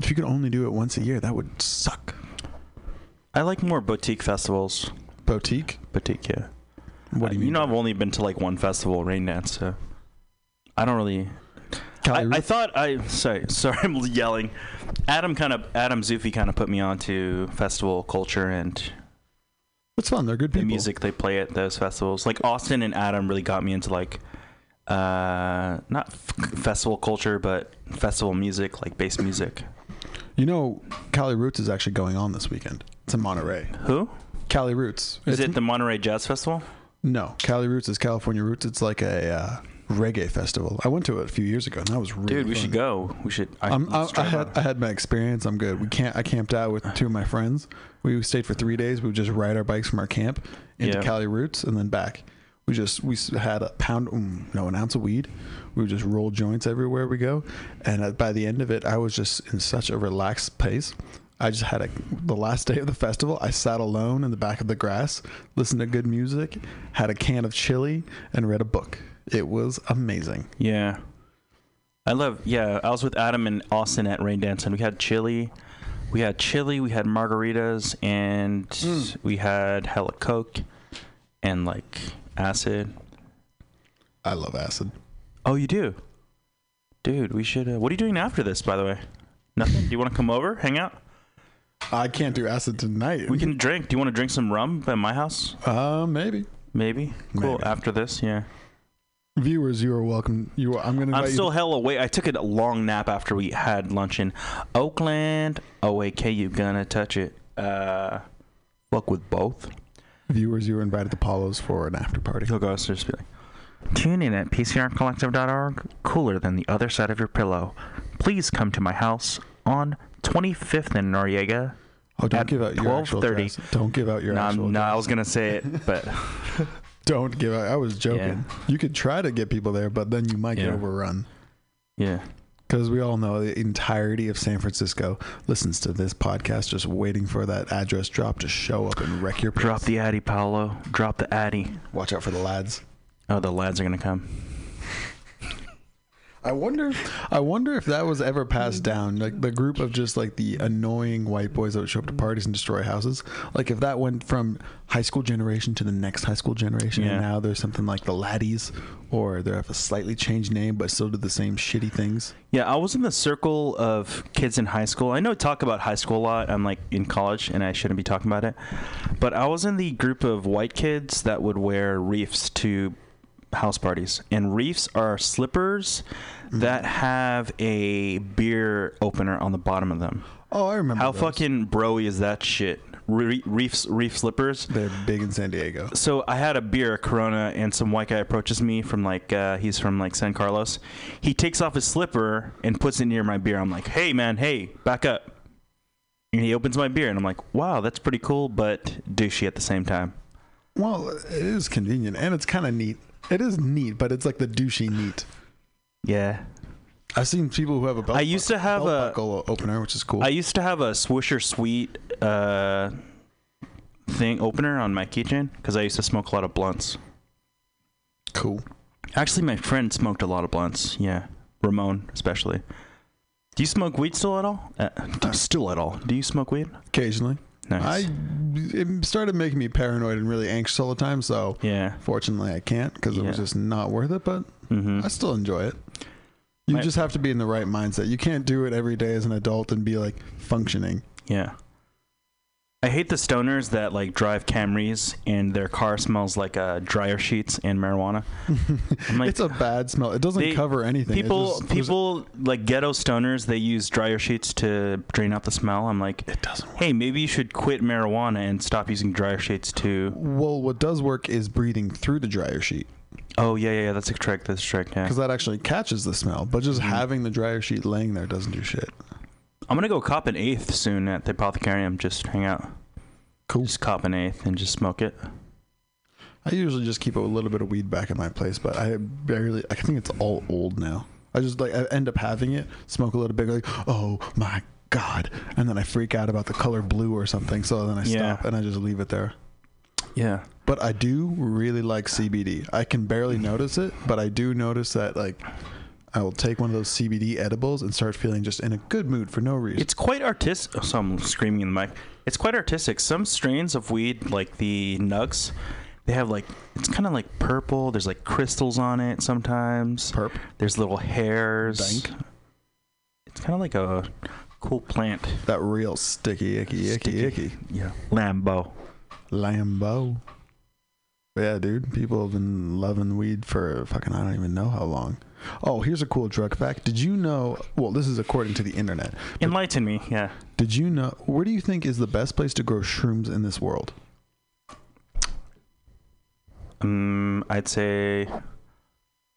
If you could only do it once a year, that would suck. I like more boutique festivals. Boutique. boutique. Yeah. What do you mean? know, I've only been to like one festival, Rain Dance. So I don't really. I, Cali- I thought I sorry sorry I'm yelling. Adam kind of Adam Zufi kind of put me onto festival culture and it's fun. They're good the people. music they play at those festivals. Like Austin and Adam really got me into like uh not f- festival culture but festival music like bass music. You know, Cali Roots is actually going on this weekend. It's in Monterey. Who Cali Roots. is It's- it? The Monterey Jazz Festival? No, Cali Roots is California Roots. It's like a uh, reggae festival. I went to it a few years ago, and that was really Dude, we should fun. go. We should. I, Um, I, let's I try had that. I had my experience. I'm good. We can't. I camped out with two of my friends. We stayed for three days. We would just ride our bikes from our camp into Yeah. Cali Roots and then back. We just we s- had a pound, mm, no, an ounce of weed. We would just roll joints everywhere we go. And uh, by the end of it, I was just in such a relaxed pace. I just had a the last day of the festival. I sat alone in the back of the grass, listened to good music, had a can of chili, and read a book. It was amazing. Yeah. I love yeah, I was with Adam and Austin at Rain Dance and we had chili. We had chili, we had margaritas and Mm. we had hella coke and like acid. I love acid. Oh, you do. Dude, we should uh, What are you doing after this by the way? Nothing. Do you want to come over, hang out? I can't do acid tonight. We can drink. Do you want to drink some rum at my house? Uh, maybe. Maybe. Cool. Maybe. After this, yeah. Viewers, you are welcome. You, are, I'm gonna. I'm invite you still to- hella awake. I took a long nap after we had lunch in Oakland. Oh wait, K, you gonna touch it? Uh, fuck with both. viewers, you are invited to Paulo's for an after party. He'll go upstairs and be like, tune in at PCRcollective.org. Cooler than the other side of your pillow. Please come to my house on 25th in Noriega. Oh, don't At give out your actual 12:30. address. Don't give out your No, actual. I'm- no, address. I was gonna say it, but Don't give out. I was joking. You could try to get people there, but then you might get Yeah. overrun yeah, because we all know the entirety of San Francisco listens to this podcast, just waiting for that address drop to show up and wreck your. Place. drop the Addy, Paolo. Drop the Addy. Watch out for the lads. Oh, the lads are gonna come. I wonder. I wonder if that was ever passed down, like the group of just like the annoying white boys that would show up to parties and destroy houses. Like if that went from high school generation to the next high school generation, Yeah. and now there's something like the Laddies, or they have a slightly changed name but still do the same shitty things. Yeah, I was in the circle of kids in high school. I know I talk about high school a lot. I'm like in college and I shouldn't be talking about it. But I was in the group of white kids that would wear reefs to house parties. And reefs are slippers that have a beer opener on the bottom of them. Oh, I remember. How those. fucking broy is that shit? Re- reefs reef slippers They're big in San Diego. so I had a beer, a Corona, and some white guy approaches me from like uh, he's from like San Carlos. He takes off his slipper and puts it near my beer. I'm like, hey man, hey, back up. And he opens my beer, and I'm like, wow, that's pretty cool, but douchey at the same time. Well, it is convenient and it's kind of neat. It is neat, but it's like the douchey neat. Yeah. I've seen people who have a belt. I used to buckle- have belt a- buckle opener, which is cool. I used to have a Swisher Sweet uh, thing opener on my keychain because I used to smoke a lot of blunts. cool. Actually, my friend smoked a lot of blunts. Yeah, Ramon especially. Do you smoke weed still at all? Uh, still at all? Do you smoke weed? Occasionally. Nice. I it started making me paranoid and really anxious all the time. So yeah. fortunately, I can't because it was Yeah. just not worth it. But Mm-hmm. I still enjoy it. You My- just have to be in the right mindset. You can't do it every day as an adult and be like functioning. Yeah. I hate the stoners that like drive Camrys and their car smells like uh, dryer sheets and marijuana. I'm like, it's a bad smell. It doesn't They- cover anything. It people, just- there's- people like ghetto stoners. They use dryer sheets to drain out the smell. I'm like, It doesn't. Work. hey, maybe you should quit marijuana and stop using dryer sheets to. Well, what does work is breathing through the dryer sheet Oh yeah, yeah, yeah. That's a trick. That's a trick. Yeah. because that actually catches the smell. But just Mm-hmm. having the dryer sheet laying there doesn't do shit. I'm gonna go cop an eighth soon at the apothecarium. Just hang out. Cool. Just cop an eighth and just smoke it. I usually just keep a little bit of weed back in my place, but I barely. I think it's all old now. I just like I end up having it, smoke a little bit, like oh my god, and then I freak out about the color blue or something. So then I Yeah. stop and I just leave it there. Yeah. But I do really like CBD. I can barely Mm. notice it, but I do notice that like I will take one of those CBD edibles and start feeling just in a good mood for no reason. It's quite artistic. Oh, so I'm screaming in the mic. It's quite artistic. Some strains of weed, like the Nugs, they have like it's kind of like purple. There's like crystals on it sometimes. Perp. There's little hairs. Dank. It's kind of like a cool plant. That real sticky, icky, icky, Sticky. icky. Yeah, Lambo. Lambo. Yeah, dude. People have been loving weed for fucking I don't even know how long. Oh, here's a cool drug fact. Did you know? Well, this is according to the internet. Enlighten me. Yeah. Did you know? Where do you think is the best place to grow shrooms in this world? Um, I'd say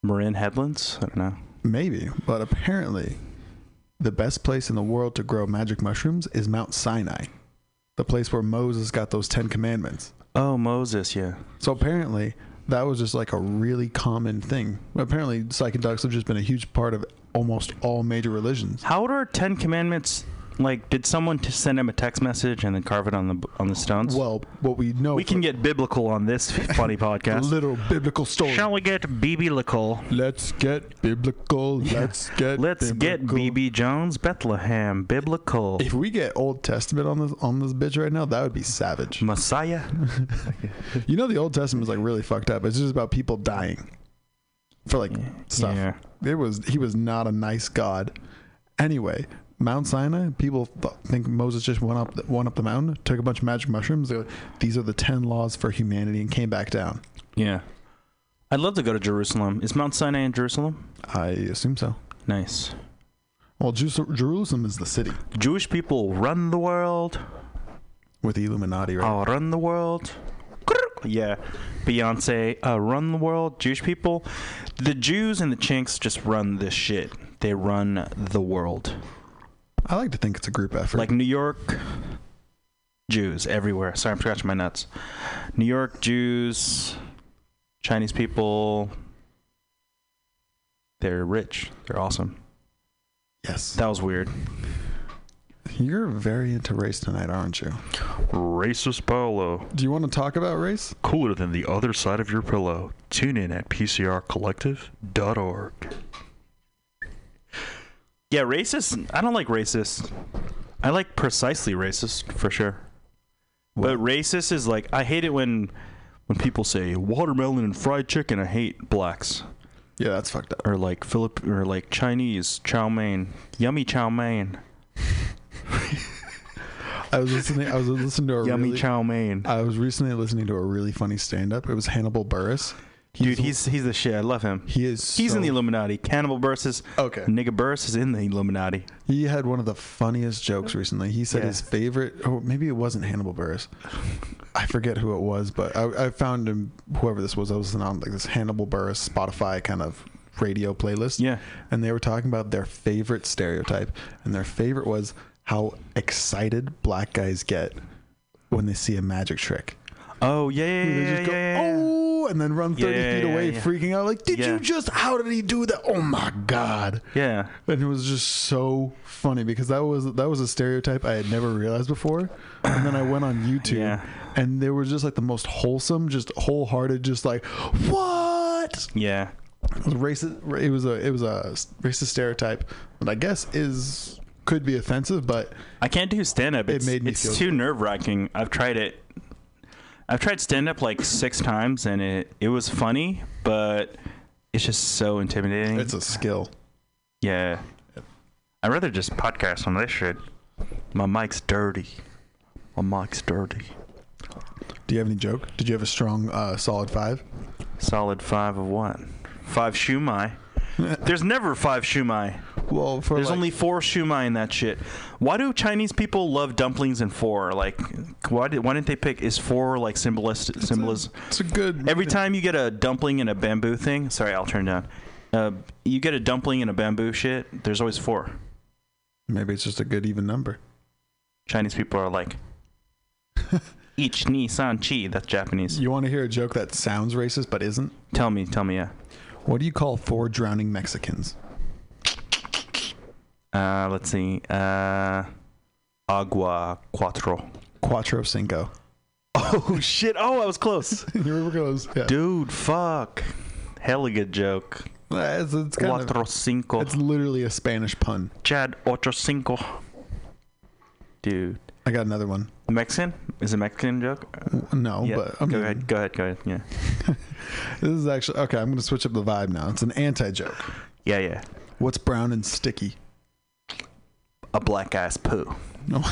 Marin Headlands. I don't know. Maybe, but apparently, the best place in the world to grow magic mushrooms is Mount Sinai, the place where Moses got those Ten Commandments. Oh, Moses. Yeah. So apparently, that was just like a really common thing. Apparently, psychedelics have just been a huge part of almost all major religions. How are Ten Commandments? Like, did someone t- send him a text message and then carve it on the on the stones? Well, what we know we can for get biblical on this funny podcast. literal biblical story. Shall we get biblical? Let's get biblical. Let's get Let's get biblical. BB Jones Bethlehem biblical If we get Old Testament on this on this bitch right now, that would be savage. Messiah. You know the Old Testament is like really fucked up. It's just about people dying for like stuff. Yeah. It was he was not a nice god. Anyway, Mount Sinai, people th- think Moses just went up the, went up the mountain, took a bunch of magic mushrooms. They're like, These are the ten laws for humanity, and came back down. Yeah. I'd love to go to Jerusalem. Is Mount Sinai in Jerusalem? I assume so. Nice. Well, Ju- Jerusalem is the city Jewish people run the world. with the Illuminati, right? I'll run the world. Yeah. Beyonce, uh, run the world. Jewish people. The Jews and the chinks just run this shit. They run the world. I like to think it's a group effort. Oh. Like New York, Jews everywhere. Sorry, I'm scratching my nuts. New York, Jews, Chinese people. They're rich. They're awesome. yes, That was weird. you're very into race tonight, aren't you? Racist Paolo, Do you want to talk about race? cooler than the other side of your pillow. Tune in at PCRcollective.org. Yeah, racist. I don't like racist. I like precisely racist for sure. But racist is like I hate it when when people say watermelon and fried chicken. I hate blacks Yeah, that's fucked up. or like Philip or like Chinese chow mein, yummy chow mein, I was listening. I was listening to a yummy Oh, really, chow mein. I was recently listening to a really funny stand-up. It was Hannibal Burris. Dude, he's he's the shit. I love him. he is. He's in the so- Illuminati. Cannibal versus Okay. Nigga Burris is in the Illuminati. He had one of the funniest jokes recently. He said Yeah. his favorite, or maybe it wasn't Hannibal Burris. I forget who it was, but I, I found him. Whoever this was, I was listening on like this Hannibal Burris Spotify kind of radio playlist. Yeah. and they were talking about their favorite stereotype, and their favorite was how excited black guys get when they see a magic trick. Oh yeah, yeah, They yeah, just go, yeah, yeah. oh, and then run 30 Yeah, feet yeah, away, yeah. freaking out, like, did Yeah. you just, how did he do that? Oh my God. yeah. And it was just so funny because that was that was a stereotype I had never realized before. And then I went on YouTube Yeah. and they were just like the most wholesome, just wholehearted, just like, what? yeah. It was racist. It was a it was a racist stereotype that I guess is could be offensive, but I can't do stand up. It's, made me it's feel too nerve wracking. I've tried it. I've tried stand up like six times, and it it was funny, but it's just so intimidating. it's a skill. yeah. I'd rather just podcast on this shit. My mic's dirty. My mic's dirty. Do you have any joke? Did you have a strong, uh, solid five? Solid five of what? Five shumai. There's never five shumai. Well, for There's like- only four shumai in that shit. Why do Chinese people love dumplings and four? Like, why did why didn't they pick is four like symbolist symbolism? it's a good Every time you get a dumpling and a bamboo thing, sorry, I'll turn down. Uh, you get a dumpling and a bamboo shit. There's always four. Maybe it's just a good even number. Chinese people are like each ni san chi. That's Japanese. You want to hear a joke that sounds racist but isn't? Tell me, tell me, yeah. What do you call four drowning Mexicans? Uh, let's see. Uh, agua cuatro. Cuatro cinco. Oh shit! Oh, I was close. you were close. Yeah. Dude, fuck. Hella good joke. Uh, It's, it's kind of- Cuatro cinco. it's literally a Spanish pun. Chad ocho cinco. Dude, I got another one. Mexican? Is it Mexican joke? No, Yeah. but I go mean, ahead. Go ahead. Go ahead. Yeah. this is actually okay. I'm going to switch up the vibe now. It's an anti joke. Yeah, yeah. What's brown and sticky? A black ass poo. No.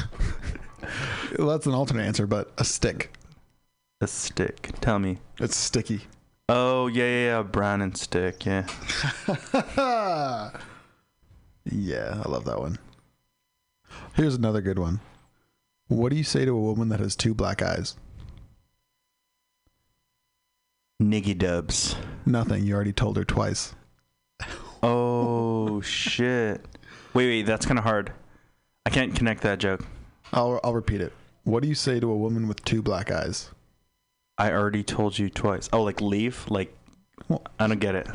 well, that's an alternate answer, but a stick. A stick. Tell me. It's sticky. Oh yeah, yeah, yeah. Brown and stick. Yeah. yeah, I love that one. Here's another good one. What do you say to a woman that has two black eyes? Niggy Dubs. Nothing. You already told her twice. Oh shit! Wait, wait, that's kind of hard. I can't connect that joke. I'll I'll repeat it. What do you say to a woman with two black eyes? I already told you twice. Oh, like leave? Like Well- I don't get it.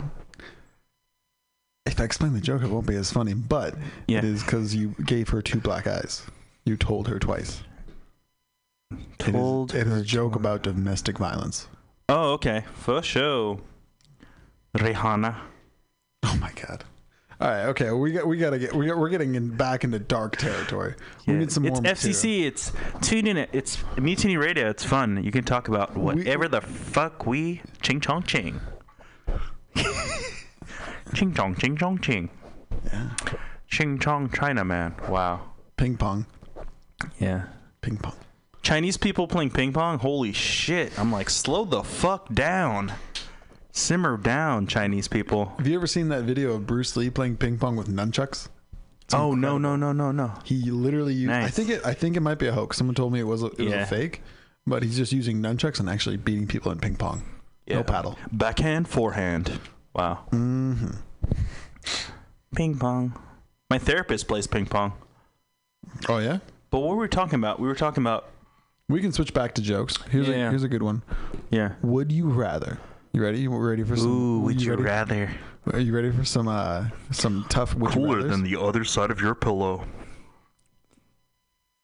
If I explain the joke, it won't be as funny, but Yeah. it is because you gave her two black eyes. You told her twice. It is- Told. it is, her a joke twice. about domestic violence. Oh, okay, for sure. Rihanna. Oh my god. All right, okay, we got we gotta get we got, we're getting in, back into dark territory. Yeah. We need some it's more. material. FCC. It's tune in. It. It's Mutiny Radio. It's fun. You can talk about whatever the fuck we ching chong ching. ching chong ching chong ching. Ching chong China man. Wow. Ping pong, Yeah. ping pong. Chinese people playing ping pong. Holy shit! I'm like, slow the fuck down. Simmer down, Chinese people. Have you ever seen that video of Bruce Lee playing ping pong with nunchucks? Oh no no no no no. He literally used. I Nice. think it. I think it might be a hoax. Someone told me it was a, it was Yeah. a fake, but he's just using nunchucks and actually beating people in ping pong. Yeah. No paddle. Backhand, forehand. Wow. Mm-hmm. Ping pong. My therapist plays ping pong. Oh yeah. But what were we talking about? We were talking about We can switch back to jokes. Here's Yeah. a here's a good one. yeah. Would you rather? You ready? You ready for some? Ooh, would you ready? rather? Are you ready for some uh some tough would you Cooler rathers? than the other side of your pillow.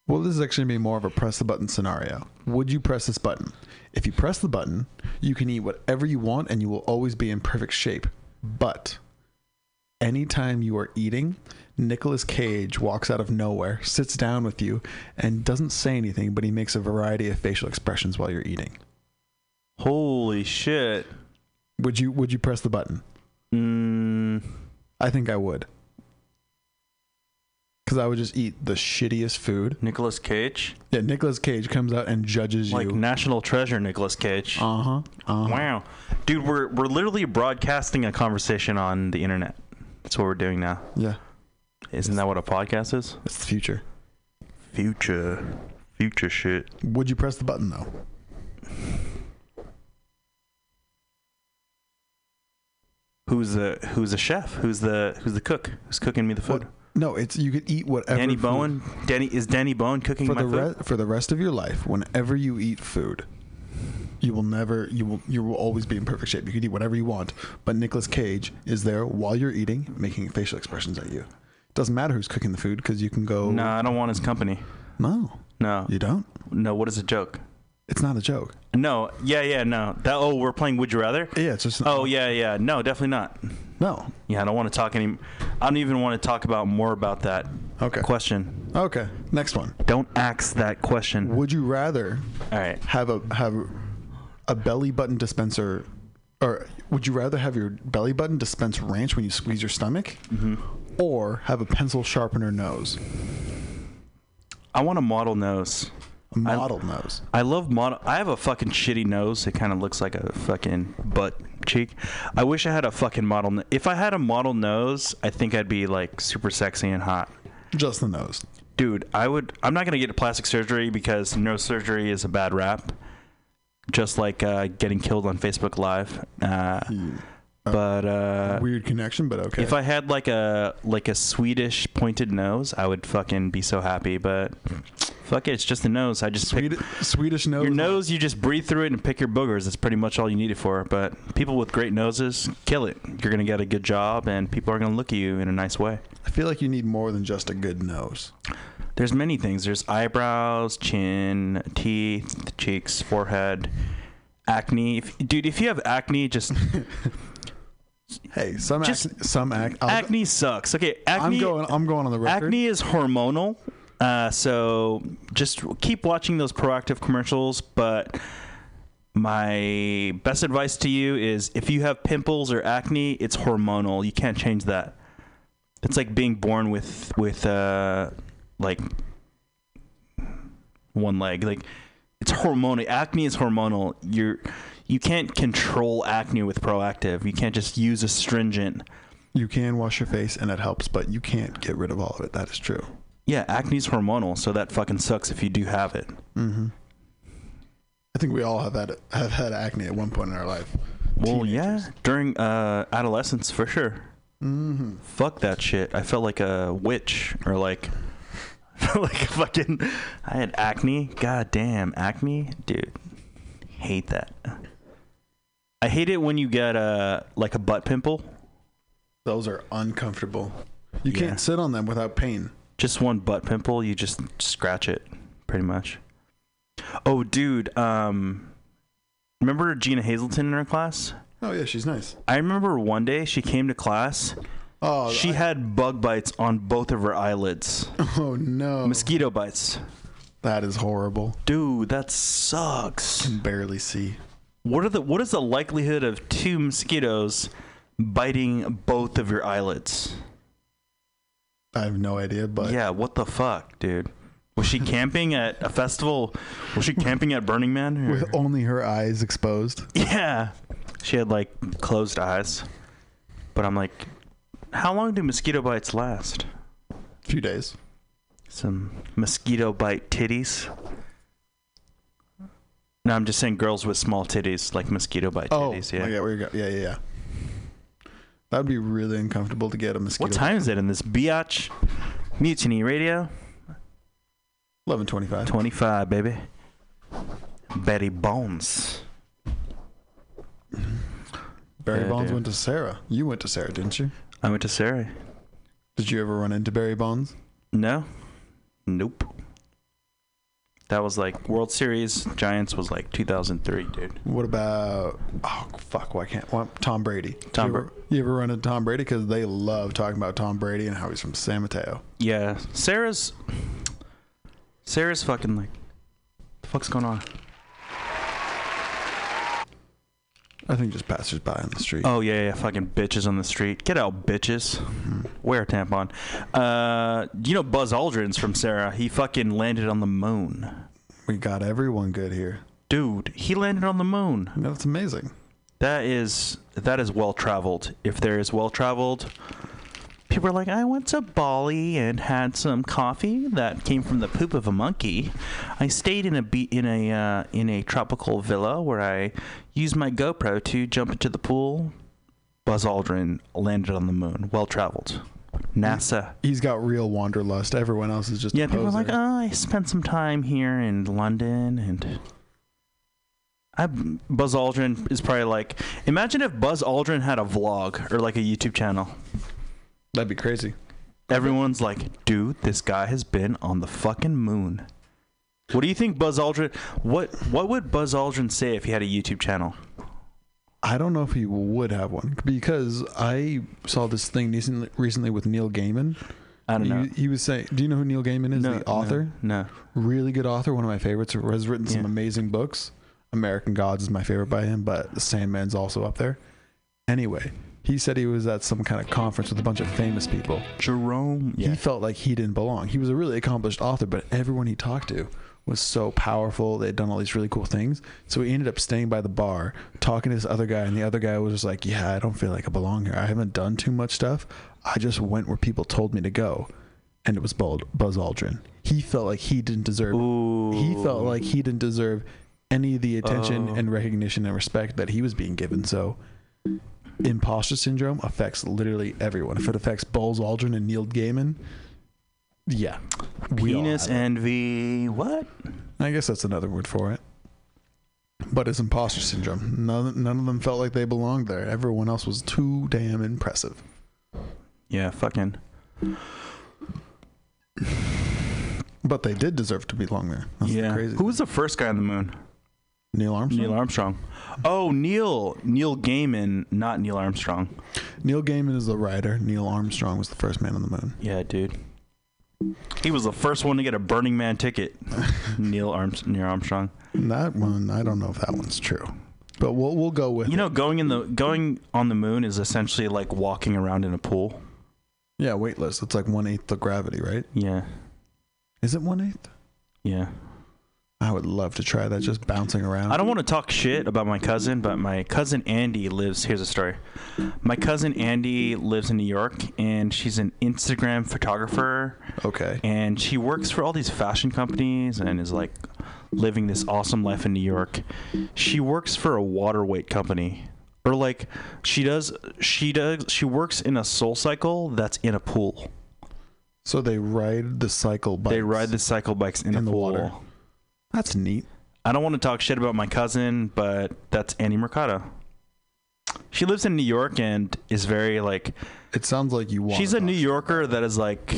Well, this is actually gonna be more of a press the button scenario. Would you press this button? If you press the button, you can eat whatever you want and you will always be in perfect shape. But anytime you are eating, Nicolas Cage walks out of nowhere, sits down with you, and doesn't say anything, but he makes a variety of facial expressions while you're eating. Holy shit. Would you would you press the button? Mm, I think I would. Cause I would just eat the shittiest food. Nicholas Cage, Yeah, Nicolas Cage comes out and judges like you. National Treasure, Nicholas Cage. Uh-huh. Uh huh. Uh huh. Wow, dude, we're we're literally broadcasting a conversation on the internet. That's what we're doing now. Yeah, Isn't that what a podcast is? it's the future. Future. Future shit. Would you press the button though? Who's the Who's the chef? Who's the Who's the cook? Who's cooking me the food? What- No, it's you could eat whatever. Danny food- Bowen. Danny is Danny Bowen cooking for my the food. re- for the rest of your life. Whenever you eat food, you will never you will you will always be in perfect shape. You can eat whatever you want, but Nicolas Cage is there while you're eating, making facial expressions at you. Doesn't matter who's cooking the food because you can go. no, I don't want his company. no, No, you don't. no. What is a joke? It's not a joke. No, yeah, yeah, no. That oh, we're playing Would You Rather. Yeah, it's just Oh yeah, yeah. No, definitely not. no. Yeah, I don't want to talk any. I don't even want to talk about more about that Okay. question. Okay, next one. Don't ask that question. Would you rather All right. have a have a belly button dispenser or would you rather have your belly button dispense ranch when you squeeze your stomach Mm-hmm. or have a pencil sharpener nose I want a model nose. a model nose I love model. I have a fucking shitty nose. It kind of looks like a fucking butt cheek. I wish I had a fucking model. No- if I had a model nose, I think I'd be like super sexy and hot. just the nose Dude, I would. I'm not gonna get plastic surgery because neurosurgery is a bad rap. Just like uh, getting killed on Facebook Live. Uh, but uh, weird connection but okay if I had like a like a Swedish pointed nose, I would fucking be so happy. But fuck it, it's just a nose. I just Swedi- pick, swedish nose your nose. You just breathe through it and pick your boogers. That's pretty much all you need it for. But people with great noses, kill it. You're gonna get a good job, and people are gonna look at you in a nice way. i feel like you need more than just a good nose There's many things. There's eyebrows, chin, teeth, cheeks, forehead, acne. If, dude, if you have acne, just hey some Just- acne some ac- I'll- acne sucks. Okay, acne. i'm going i'm going on the record Acne is hormonal, uh, so just keep watching those proactive commercials. But my best advice to you is if you have pimples or acne, it's hormonal. You can't change that. It's like being born with with uh, like one leg. Like it's hormonal. Acne is hormonal. You're you can't control acne with proactive. You can't just use astringent. you can wash your face and it helps but you can't get rid of all of it that is true Yeah, acne's hormonal, so that fucking sucks if you do have it. i think we all have had have had acne at one point in our life Well, yeah, during uh, adolescence for sure. Fuck that shit. I felt like a witch or like, like a fucking. I had acne. God damn acne, dude. Hate that. I hate it when you get a like a butt pimple. Those are uncomfortable. You Yeah. can't sit on them without pain. Just one butt pimple. You just scratch it, pretty much. Oh, dude. Um, remember Gina Hazleton in her class? Oh yeah, she's nice. I remember one day she came to class Oh, She I- had bug bites on both of her eyelids. oh no, Mosquito bites. that is horrible. Dude, that sucks. Barely see. What are the what is the likelihood of two mosquitoes biting both of your eyelids? I have no idea, but Yeah, what the fuck, dude? Was she camping at a festival? Was she camping at Burning Man? or- with only her eyes exposed. yeah. She had like closed eyes. But I'm like, how long do mosquito bites last? A few days. some mosquito bite titties. No, I'm just saying girls with small titties like mosquito bite Oh, titties. I Yeah. get where you're go- Yeah, yeah, yeah. That would be really uncomfortable to get a mosquito. What time is it in this biatch? Mutiny Radio Eleven twenty-five. 25, baby. Betty Bones. Barry Yeah, Bonds dude. went to Sarah. You went to Sarah, didn't you? I went to Surrey. Did you ever run into Barry Bonds? No. Nope. That was like World Series Giants was like 2003, dude. What about oh fuck? Why can't why, Tom Brady? Did Tom you, ever, you ever run into Tom Brady? Because they love talking about Tom Brady and how he's from San Mateo. Yeah, Sarah's Sarah's fucking like the fuck's going on? I think just passersby on the street. Oh yeah, yeah, fucking bitches on the street. Get out, bitches. Wear a tampon. Uh, you know Buzz Aldrin's from Sarah. He fucking landed on the moon, We got everyone good here. dude. He landed on the moon. That's amazing. That is that is well traveled. If there is well traveled, people are like, I went to Bali and had some coffee that came from the poop of a monkey. I stayed in a be- in a uh, in a tropical villa where I used my GoPro to jump into the pool. Buzz Aldrin landed on the moon. Well traveled. NASA. He's got real wanderlust. Everyone else is just Yeah, a people are poser. like, oh, I spent some time here in London, and I Buzz Aldrin is probably like, imagine if Buzz Aldrin had a vlog or like a YouTube channel. That'd be crazy. Everyone's like, dude, this guy has been on the fucking moon. What do you think Buzz Aldrin? What what would Buzz Aldrin say if he had a YouTube channel? I don't know if he would have one because I saw this thing recently, recently with Neil Gaiman. I don't know. He, he was saying, "Do you know who Neil Gaiman is? no, the author, No. no. really good author, one of my favorites. Has written some Yeah. amazing books. American Gods is my favorite by him, but The Sandman's also up there. Anyway, he said he was at some kind of conference with a bunch of famous people. Jerome. Yeah. He felt like he didn't belong. He was a really accomplished author, but everyone he talked to was so powerful. They'd done all these really cool things. So he ended up staying by the bar, talking to this other guy, and the other guy was just like, Yeah, I don't feel like I belong here. I haven't done too much stuff. I just went where people told me to go. And it was Buzz Buzz Aldrin. He felt like he didn't deserve he felt like he didn't deserve any of the attention and recognition and respect that he was being given. So imposter syndrome affects literally everyone. If it affects Buzz Aldrin and Neil Gaiman, yeah. we all Penis have it. envy. What? I guess that's another word for it. But it's imposter syndrome. None, none of them felt like they belonged there. Everyone else was too damn impressive. Yeah. Fucking. But they did deserve to belong there. That's yeah. yeah. crazy. Who was the first guy on the moon? Neil Armstrong? Neil Armstrong. Oh, Neil. Neil Gaiman, not Neil Armstrong. Neil Gaiman is the writer. Neil Armstrong was the first man on the moon. Yeah, dude. He was the first one to get a Burning Man ticket. Neil Arms Neil Armstrong. That one, I don't know if that onene's true, but we'll we'll go with You it. know, going in the going on the moon is essentially like walking around in a pool. yeah weightless. It's like one eighth the gravity, right? Yeah. Is it one eighth? Yeah. I would love to try that, just bouncing around. I don't want to talk shit about my cousin, but my cousin Andy lives. Here's a story. My cousin Andy lives in New York, and she's an Instagram photographer. Okay, and she works for all these fashion companies and is like living this awesome life in New York. She works for a water weight company. or like she does she does she works in a soul cycle that's in a pool. So they ride the cycle bikes. They ride the cycle bikes in, In a the pool. water. That's neat. I don't want to talk shit about my cousin, but that's Annie Mercado. She lives in New York and is very like It sounds like you want. she's a New Yorker that is like